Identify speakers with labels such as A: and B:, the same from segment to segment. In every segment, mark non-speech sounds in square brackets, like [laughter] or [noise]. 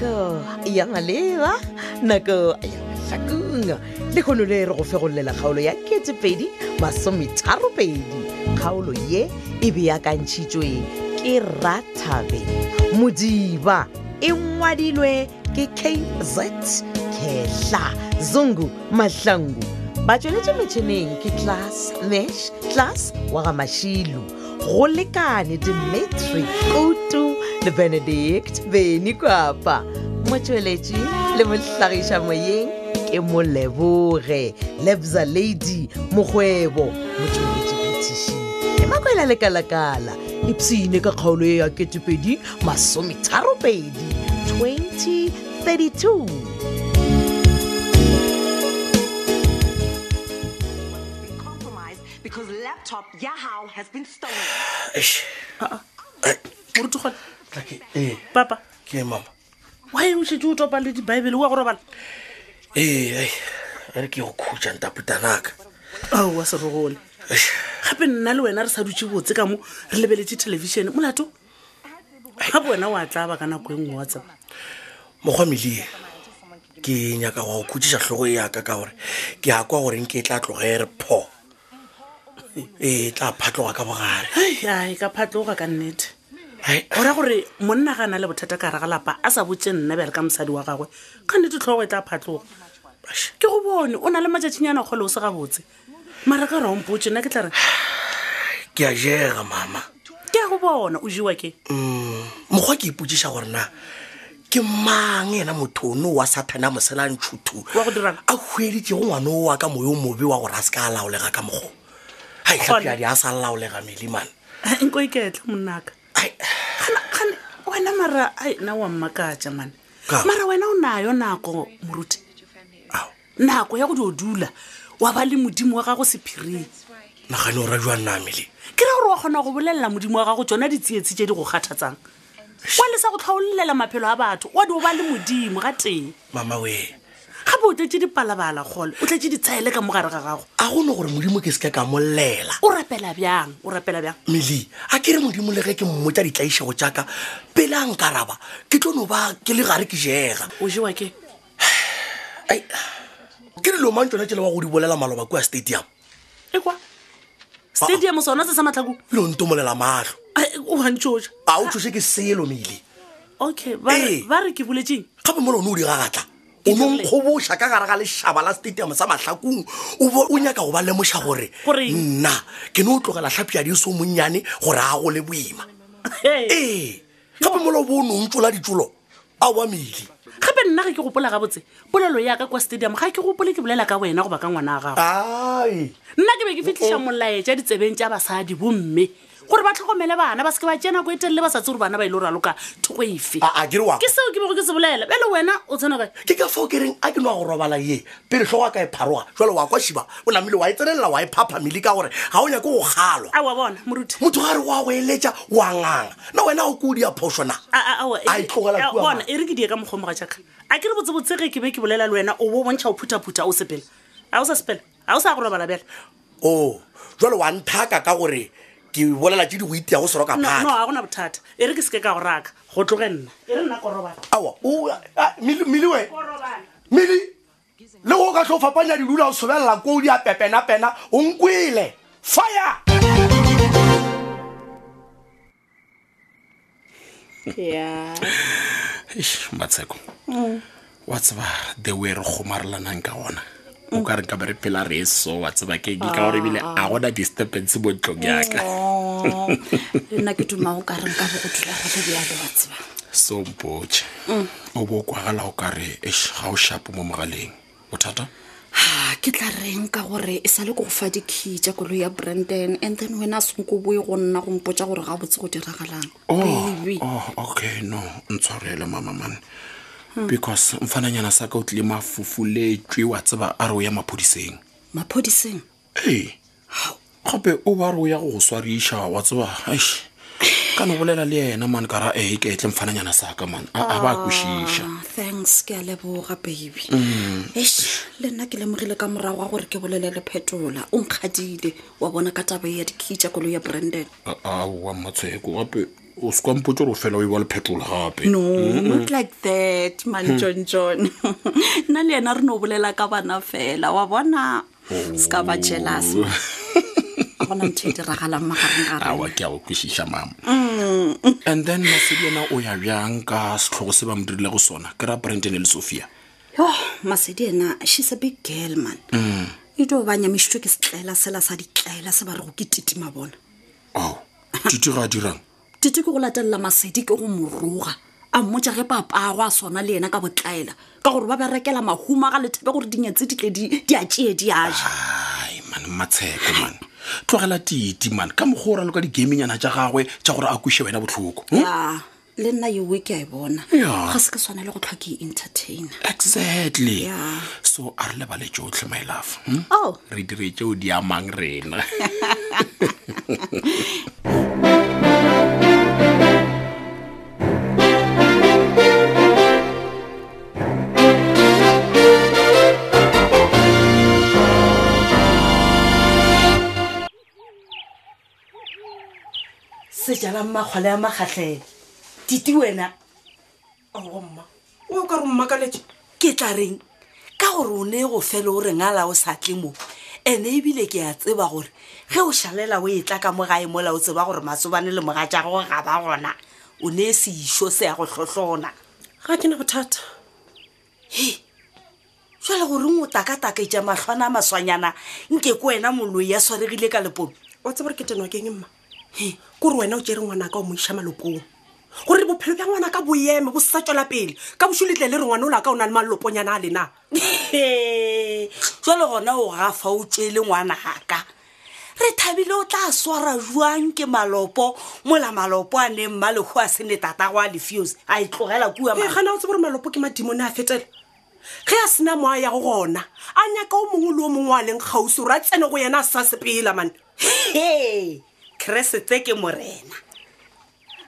A: yang a leba nako a ya mahlakong le kgono le re go fegololela kgaolo ya ketepedi masometharo-pedi kgaolo ye e beakantšhitšwe ke ratabe modiba e ngwadilwe ke kz kehla zungu mahlangu ba tsweletše metšhineng ke class nash class wa ga mašilu go lekane dimetri kutu le benedict beny kwapa motsweletši le mohlagiša moyeng ke moleboge lebza lady mokgwebo motsweletši petiši le makwela lekalakala ipsene ka kgaolo e ya ketepedi masometharopedi 2032
B: been compromised because laptop Yahoo has been stolen.
C: morutugane
D: ee
C: papa
D: Eh, e, ke eng, mama
C: wy o shetse o topa le dibaebele wa go robala
D: ee ai, a re E, ke go khutsa ntaputanaka
C: ao wa se rogole gape nna le wena re sa dutse botse ka mo re lebeletse thelebišene molato gape wena o a tlaba ka nako e nngwe wa tseba
D: mokgwa melie ke nyaka wa go khutšiša tlhogo e yaka ka gore ke a kwa goreng ke tla tlogere pho ee e tla phatloga ka bogare
C: Ai, ai ka phatloga ka nnete
D: Ai,
C: go raya gore monna ga a na le bothata ka raga lapa a sa botse nna bjale ka mosadi wa gagwe ka nnete tlhogo e tla phatloga
D: ash,
C: ke go bone o na le matšatšinyana kgole o se gabotse mara ka raompotse nna ke tla reng
D: ke a jega mama
C: ke a go bona o jewa ke
D: mokgwa ke ipotšiša gore na ke mang ena motho ono wa sathane a moselantšhuthu
C: Wa go dirang?
D: a hweditsego ngwana o wa ka moyo o mobe wa gore a se ka a laolega ka mokgo ga
C: Kgole.
D: itlhapeadi a sa laolega melemane
C: nko iketla monnaka gane wena mara ai na wa mmakatša mane
D: Ka.
C: mara wena o nayo nako moruti
D: ao
C: nako ya go dio dula wa ba le modimo wa gago sephiring
D: nagane o ra jwa nna mele
C: ke ra gore wa kgona go bolelela modimo wa gago tsona ditsietsi tse di go kgathatsang wa lesa go tlhaololela maphelo a batho wa dio ba le modimo ga teng
D: mama we
C: gape o tletse dipalabala kgole o tletse ditsaele ka mo gare ga gago
D: a gone gore modimo ke se ka ka molela
C: o rapela bjang o rapela bjang
D: mele a ke re modimo le ge ke mmotsa ditlaišego jaaka pele a nkaraba ke tlo no ba ke le gare ke jega
C: o jewa ke
D: Ai, ke dilo mang tsone tsele wa go di bolela maloba kua stadium
C: e kwa stadium sona se sa matlhako
D: ebile o ntomolela matlho
C: Ai, o gantšoja
D: a o tshose ke selo mele
C: okay ba
D: Ee.
C: re- ba re ke boletseng
D: gape mola o ne o di gagatla
C: Ke
D: o no
C: dirile.
D: nkgoboša ka gare ga lešhaba la stadium sa mahlakong o bo- o nyaka go ba lemoša gore
C: Gore eng?
D: nna ke ne o tlogela tlhapiadi so monnyane gore a go le boima E
C: Hey.
D: ee gape mola o bo o ne o ntsola ditsolo a wa mele
C: gape nna ga ke gopola gabotse polelo yaka kwa stadium ga ke gopole ke bolela ka wena goba ka ngwana wa gago
D: ai
C: nna ke be ke fitlhisa molaetša ditsebeng tša basadi bomme gore ba tlhokomele bana ba seke ba tsea nako e telele ba sa tse gore bana ba ile go raloka thoko efe
D: a kere wa
C: ke seo ke bego ke se bolela bjale wena o tshwana kae
D: ke ka fao kereng a ke noa go robala ye pele tlhogo a ka e pharoga jalo wa kwa šiba o namile wa e tsenelela wa e phapha mele ka gore ga o nyake go kgalwa
C: a wa bona moruti
D: motho ga re wa go eletša wa nganga na wena o ko o dia phosona
C: A- a- aowa,
D: A e tlogela
C: a-
D: kua
C: bona,
D: mane.
C: e re ke die ka mokgomoga jaaka a ke re botsebotse ge ke be ke bolela le wena o bo o bontšha o phutha-phutha o sepela a o sa sepela a o sa go robala bjale
D: o jalo wa nthaka ka gore ke bolela tse di go itea go seroka
C: no no,
D: phata
C: ga gona bothata e re ke seke ka go raka go tloge nna e re nna ko robala
D: aa mmele we
C: Ko robala
D: mmele le go ka tlho fapanya didula o sobelela ko o dia pepenapena o nkwele fire
E: Eish, matsheko
C: Mm.
E: wa tseba the way re kgomarelanang ka gona o ka re ka be re phela re e so wa tseba keng ka gore ebile
C: Ah.
E: a gona disturbance mo ntlong
C: Mm.
E: yaka
F: le nna ke duma go ka reng ka bo go dula go le bjalo wa tseba
E: so mpotse o bo o kwagala o ka re eish, ga o shapo mo mogaleng bothata
F: ha ke tla reng ka gore e sale ko go fa dikey tša koloi ya brandon and then wena a senko boe go nna go mpotsa gore ga botse go diragalang
E: oh,
F: baby
E: oh, okay no ntshwarele mamamane because mfananyana sa ka o tlile mafufuletswe wa tseba a re o ya maphodiseng
F: maphodiseng
E: ee gape o ba re o ya go go swariša wa tseba aish ka no bolela le yena mane ka ra ee ke etle mfananyana saka mane a a ba kwešiša
F: Ah, thanks ke a leboga baby
E: Mm.
F: esh le nna ke lemogile ka morago ga gore ke bolele le phetola o nkgadile wa bona ka taba ya dikey tša koloi ya brandon
E: aowa matsheko gape
G: o sekwampotse gore o fela o e wa le phetola gape
F: no not like that
E: Hmm.
F: man john john [laughs] nna le yena re no bolela ka bana fela wa bona se ka ba
E: Oh.
F: jelas a gona ntho e diragalang magareng ga rena
G: awa ke a go kwešiša mama
C: Mm.
G: and then masedi ena o ya bjang ka setlhogo se ba mo dirile go sona ke ra branden le sophia
F: yo masedi ena she's a big girl man e to ba nyamišitwe ke setlaela sela sa ditlaela se ba re go ke titima bona
G: ao tite ga a Oh, dirang
F: tete ke go latelela masedi ke go moroga a mmotsa ge papago a sona le ena ka botlaela ka gore ba berekela mahuma ga lethepe gore dinyatse di tle di di a tšee di aja
G: ai mane matsheko mane tlogela tite mane ka mokgwa o ra le ka digamingyana tša gagwe tša gore a kweše wena botlhoko hm?
F: ya le nna yewe ke a e bona
G: Ya.
F: ga se ke tshwane le go tlhoa ke e entertainer
G: exactly
F: Yeah.
G: so a re lebale tsotlhe my love hm?
F: Oh.
G: re dire tseo di amang rena [laughs]
B: sejalang makgwale ya makgatlhele tite wena
C: omma o ka re mmakaletse ke tla reng ka gore o ne go fele o reng ala o sa tle mo ene ebile ke a tseba gore ge o šalela o e tla ka mo gae mola o tseba gore masobane le moga tja gago ga ba gona o ne seišo se ya go hlohlona
B: ga ke na bothata
C: jale goreng o takatakaitša matlhwana a maswanyana nke ko wena moloi ya swaregile ka lepono
H: wa tseba gore ke tenwa keng mma ke gore wena o tsere ngwanaka o mo iša malopong gore bophelo bja ngwanaka bo eme bo sa tswela pele ka boso letle le re ngwana o laka o na le maloponyana a lena
C: jale gona o gafa o tswele ngwanaka re thabile o tla swara jwang ke malopo mola malopo a ne mmalego a sene tatago a lefuse a e tlogela kua
H: e
C: ma-
H: gana o tseba gore malopo ke madimone a fetela ge a sena moa ya go gona a nyaka o mongwe le o mongwe a leng kgausi gore a tsene go yena a sa sepela mane
C: he keresete ke morena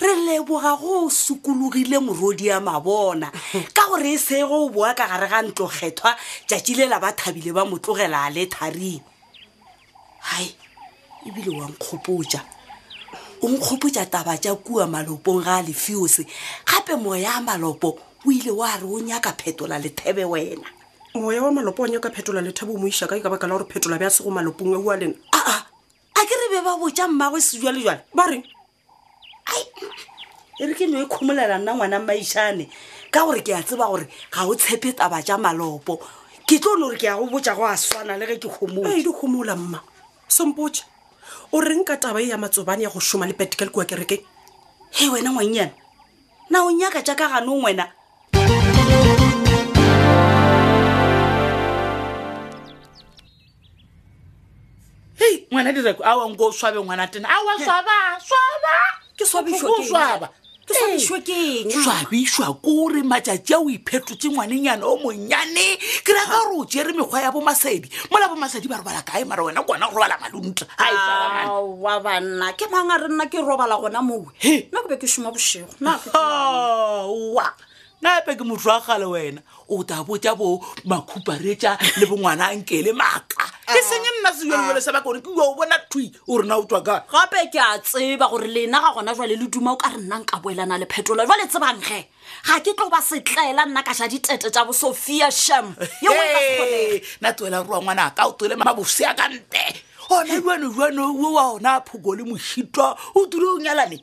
C: re leboga go o sukologile morodi ya mabona ka gore e sego o boa ka gare ga ntlokgethwa tšatši le la ba thabile ba mo tlogela a le tharing hai ebile wa nkgopotša o nkgopotša taba tša kua malopong ga a lefiose gape moya a malopo o ile wa re o nyaka phetola lethebe wena
H: moya wa malopo o nyaka phetola lethabo o mo iša kae ka baka la gore phetola bja sego malopong e eua lena
C: aa a ke re be ba botša mmagwe sejwalejwale
H: ba reng
C: e re ke no e kgomolela nna ngwana maišane ka gore ke a tseba gore ga o tshepe taba tša malopo ke tlo no gore ke ya go botja go a swana le ge ke
H: e
C: kgomotse
H: di gomola mma sompotse o reng ka taba e ya matsobane ya go šoma le petikale kua kerekeng
C: he wena ngwannyana na o nyaka jaaka ganong wena
D: hei ngwana direko a wanko o swabe ngwana tena a wa swaba swaba
C: Ke swabišwa
D: O
C: ke eng?
D: swaba
C: ke swabišwe ke eng
D: swabišwa kore matšatši a o iphetotse ngwanenyana o monnyane ke raka gore o jere mekgwa ya bomasedi mola bomasedi ba robala kae mara wena kona go robala malonta
F: wa banna ke mang a re nna ke robala gona mowe nna ke be ke šoma bošego nna ke-
D: wa nape ke motho a gale wena o ta botja bo makhuparetša le bongwana a nkele maaka e senye nna sejelele sa bakone ke o bona thui o rena o tswa kae
F: gape ke a tseba gore lena ga gona jwale le duma o ka re nnang ka boelana le phetola jwale tsebangge ga ke tlo ba setlaela nna ka ja ditete tša bo sophia sham yeo e ka se kgonego.
D: na toela roa ngwana ka o toele mabose a ka nte ona jano jano o wa ona phoko le mošitwa o tule o nyalane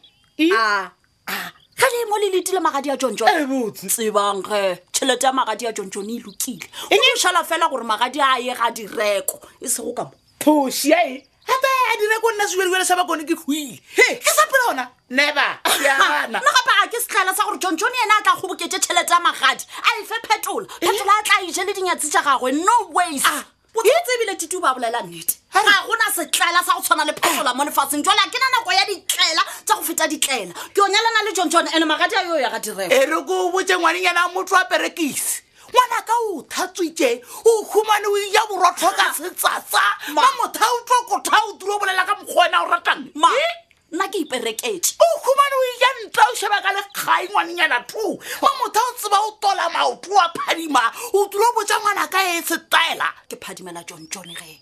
F: a a, Eh, ge le mo le letile magadi a tsebang ge tšhelete ya magadi a tsontšone e lokile o šala fela gore magadi a ye ga direko e sego ka mo
D: phosi ae gape a direko nna sejelele sa bakone ke hwile ke sa phela ona neba
F: Ha,
D: yana
F: nna gape a ke setlhaela sa gore tsontšone ena a ka kgoboketse tšhelete ya magadi a efe phetola phetola a tla ije le dinyatsi tša gagwe no ways o tsetse ebile tite o ba bolela nnete ga gona setlaela sa go tshwana le phetola mo lefatsheng jale a ke na nako ya ditlaela tša go feta ditlaela ke o nyalana le tsontšone ande magadi a yo ya ga direko
D: e re ko botse ngwanenyana a motho a perekise ngwana ka o thatswitse o humane o ja borotho ka setsatsa ba motho a utlwa kotha o tule o bolela ka mokgwa wena o ratang
F: ma nna ke ipereketse
D: o humane o ja ntle o sheba ka lekgae ngwanenyana to ba motho o tseba o tola maoto a phadima o tule o botsa ngwana ka e setaela
F: ke phadimela tsontšone ge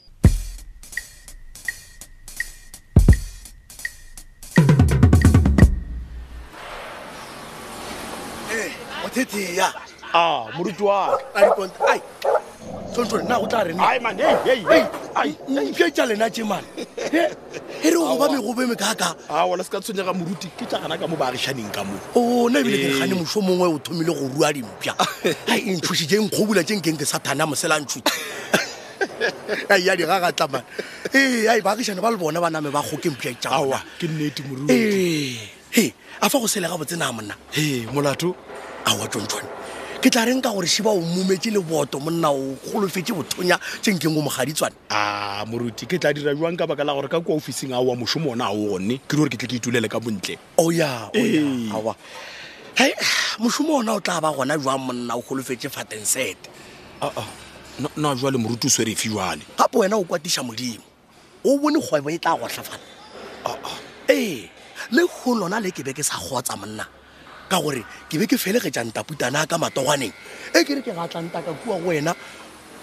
I: thetea
D: a Ah, moruti wa
I: a dikonta ai tsontso nna go tla
D: ai man hey hey hey ai
I: renmpetša lena tše mane e re goba megobe mekaka
D: a wala Ah, se ka tshwenyega moruti ke tla gana ka mo baagišaneng ka mo
I: ona ebile ke
D: Ee.
I: kgane moso mongwe o thomile go
D: [laughs]
I: rua dimpša ai ntšhošitše nkgobula tše nkeng ke sathane a mosela
D: [laughs]
I: ntšhuti ai ya digagatlamane ee ai baagišane ba le bona ba name ba kgoke mpša
D: aa
I: tša
D: ke nnete moruti
I: ee he a fa go selega botsenaa monna
D: he molato
I: aowa tsontšhone ke tla reng ka gore šiba o mometse leboto monna o golofetse bothonya tše nkeng o mogaditswane
D: a Ah, moruti ke tla dira jwang ka baka la gore ka kwa officing a wa mošomo ona a one ke di gore ke tle ke itulele ka bontle
I: oya
D: oh, Ee.
I: oya awa hai mošomo ona o tla ba gona jwang monna o golofetse fatensete Ah,
D: aa na- na jwale moruti o swerefi jwale
I: gape wena o kwatiša modimo o bone kgwebo e tla gotlhafala
D: Ah,
I: ee le go lona le ke be ke sa kgotsa monna ka gore ke be ke felegetša ntaputana ka matogwaneng e kere ke gatlanta ka kua go wena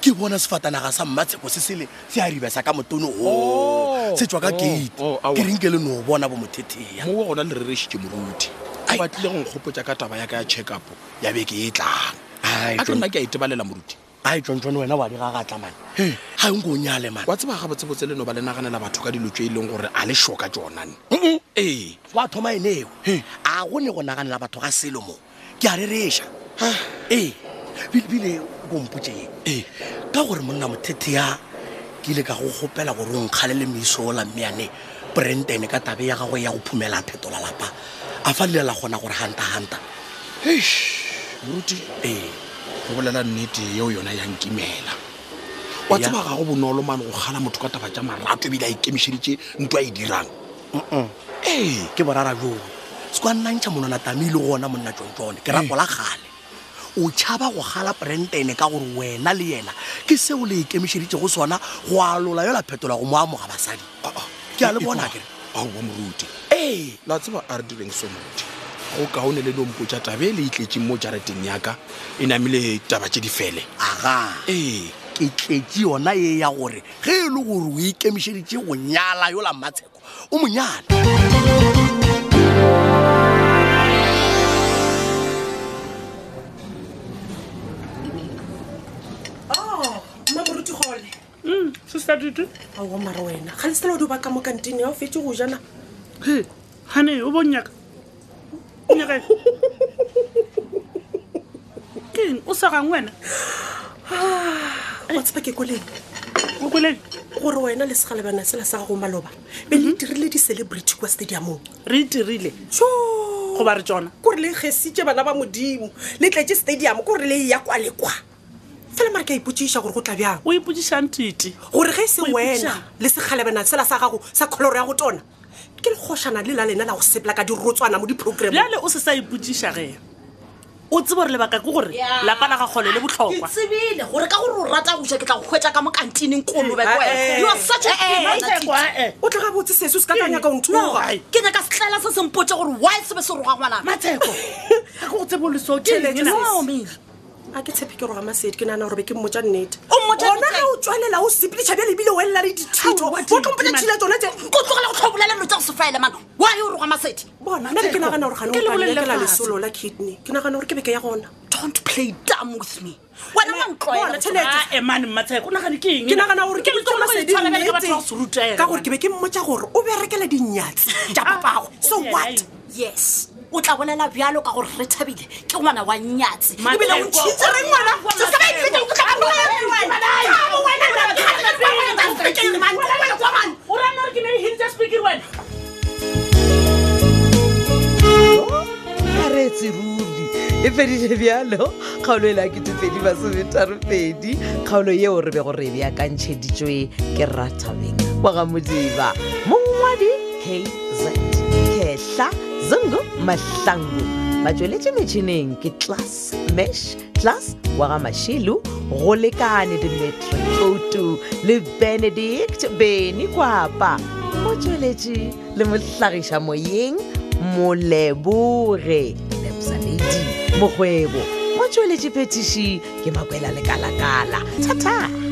I: ke bona sefatanaga sa mmatsheko se sele se a ribesa ka motono o se tswa ka
D: oh,
I: gate
D: oh, aowa.
I: ke reng ke le no bona bo mothetheya
D: mowa gona le rerešitše moruti
I: Ai.
D: o batlile go nkgopotsa ka taba ya ka ya check up ya beke e tlang
I: Ai,
D: a tlo nna ke a itebalela moruti
I: ai tsontsone wena wa di gagatla mane ga e nko o nyale mane
D: wa tseba gabotsebotse leno ba le naganela batho ka dilo tse e leng gore a le shoka tsonane
I: Mm-mm.
D: ee
I: wa thoma eneo a gone go naganela batho ga selo mo ke a rereša ee bilebile bompotse
D: Ee.
I: e ka gore monna mothete ya ke ile ka go kgopela gore o nkgale le meiso ola mmeane branden ka tabe ya gago ya go phumela a phetola lapa a fa lelela kgona gore hanta-hanta
D: moruti ee go bolela nnete yeo yona ya nkimela wa
I: Ya.
D: tseba ga go bonolo mane go kgala motho ka taba tša marato ebile a ikemišeditše nto a e dirang ee
I: ke borara joo se kwa nna ntšha monwana tame ile gona monna tsontsone ke rapola kgale o tšhaba go gala branden ka gore wena le yena ke seo le ikemišeditše go sona go alola yola phetola go mo amoga basadi
D: Oh,
I: ke a le bona kere
D: aowa moruti
I: ee
D: la tseba a re direng so moruti go kaone le nompo tša tabe e le itletseng mo jarateng yaka e namile taba tše di fele
I: aga
D: ee
I: ke tletse yona e ya gore ge e le gore o ikemišeditše go nyala yola matsheko o mo nyala
J: mma moruti gone
C: sister tutu
J: ao mara wena ga le sela odi o baka mo kantine ya o fetse go jana
C: he gane o bonnyaka O nyaka eng? ke eng o sa gang wena
J: wa tshepa ke koleng
C: o koleng
J: gore wena le segalebana sela sa gago maloba be
C: Mhm.
J: le dirile di-celebrity kwa stadiumong
C: re itirile
J: jo
C: goba re tsona
J: kore le gesitse bana ba modimo le tletse stadium kore le ya kwa le kwa fela mare ke a ipotsiša gore go tla bjang
C: o ipodišang tite
J: gore ge e se
C: Go
J: wena
C: ipotšiša.
J: le sekgalebana sela sa gago sa kgoloro ya go tona ke lekgošana le la lena la go sepela ka dirotswana mo di-programng
C: bjale o se sa ipodiša gea o tsebe gore lebaka ke gore lapa la gagole le botlhokwa
F: tsebile gore ka gore o rata uja ke tla go hwetsa ka mo kantineng kolobe
J: Eh,
F: ko
J: eh,
F: wena You are such
C: Eh,
F: a criminal,
C: eh,
F: Titi.
C: eh,
J: o tla ga botse seso se ka kanyaka o
C: No,
J: nthoga
C: ai.
F: ke nyaka setlela se sempotse gore why se be se roga ngwanaka
C: [laughs] matsheko ga ke o tsebo lesoo ke
J: Tjhelete,
C: eng ena?
J: no, a ke tshepe ke roga masedi ke nagana gore be ke mmotsa nnete
F: O mmotša
J: ona
F: nnete?
J: ga o tswalela o sepediša bjale ebile o elela le dithito o tlompola thila tsone tse
F: ko tlogela go tlhobolele lo tsa go se faele mana why o roga masedi
J: bona nna be ke nagana gore
C: Ke le bolelle
J: ganekela
C: fatshe.
J: lesolo la kidney ke nagana gore ke beke ya gona
F: don't play dumb with me wena wa
J: bona tšhelete
C: Ah, eh, mane matsheko o nagane ke eng
J: ke
C: ena?
J: nagana gore
C: Ke
J: ke
C: letsogo
J: bitsa
C: le
J: masedi
C: tshwana bjale ka batho ba go se
J: nnete
C: rutega,
J: ka gore
C: man.
J: ke be ke mmotsa gore o berekela dinyatsi
C: Ah,
J: tša papago so
C: Yeah,
J: what
C: yeah.
F: yes o tla bolela bjalo ka gore re thabile ke ngwana wa nyatse
C: Matsheko.
F: ebile o ntšhitse re ngwana Se se ba itsete, o tla bolela le wena. Thabo, wena, wena, thabo, wena, thabo, wena, thabo, man. Wena, kwa man.
C: O ra nna gore ke ne e hintse speaker wena
A: a reetse ruri e fedile bjalo kgaolo e le a ketefedi masometharopedi kgaolo yeo re be gore e beakantšheditšwe ke ratabeng wa ga modiba mongwadi kz kehla zungu mahlangu batsweletše metšhineng ke tlas mesh tlas wa ga mašilo go lekane dimetri kotu le benedict beny kwapa mo tsweletše le mohlagiša moyeng molebore lebsaledi mokgwebo mo tsweletše phetiši ke makwela lekalakala thata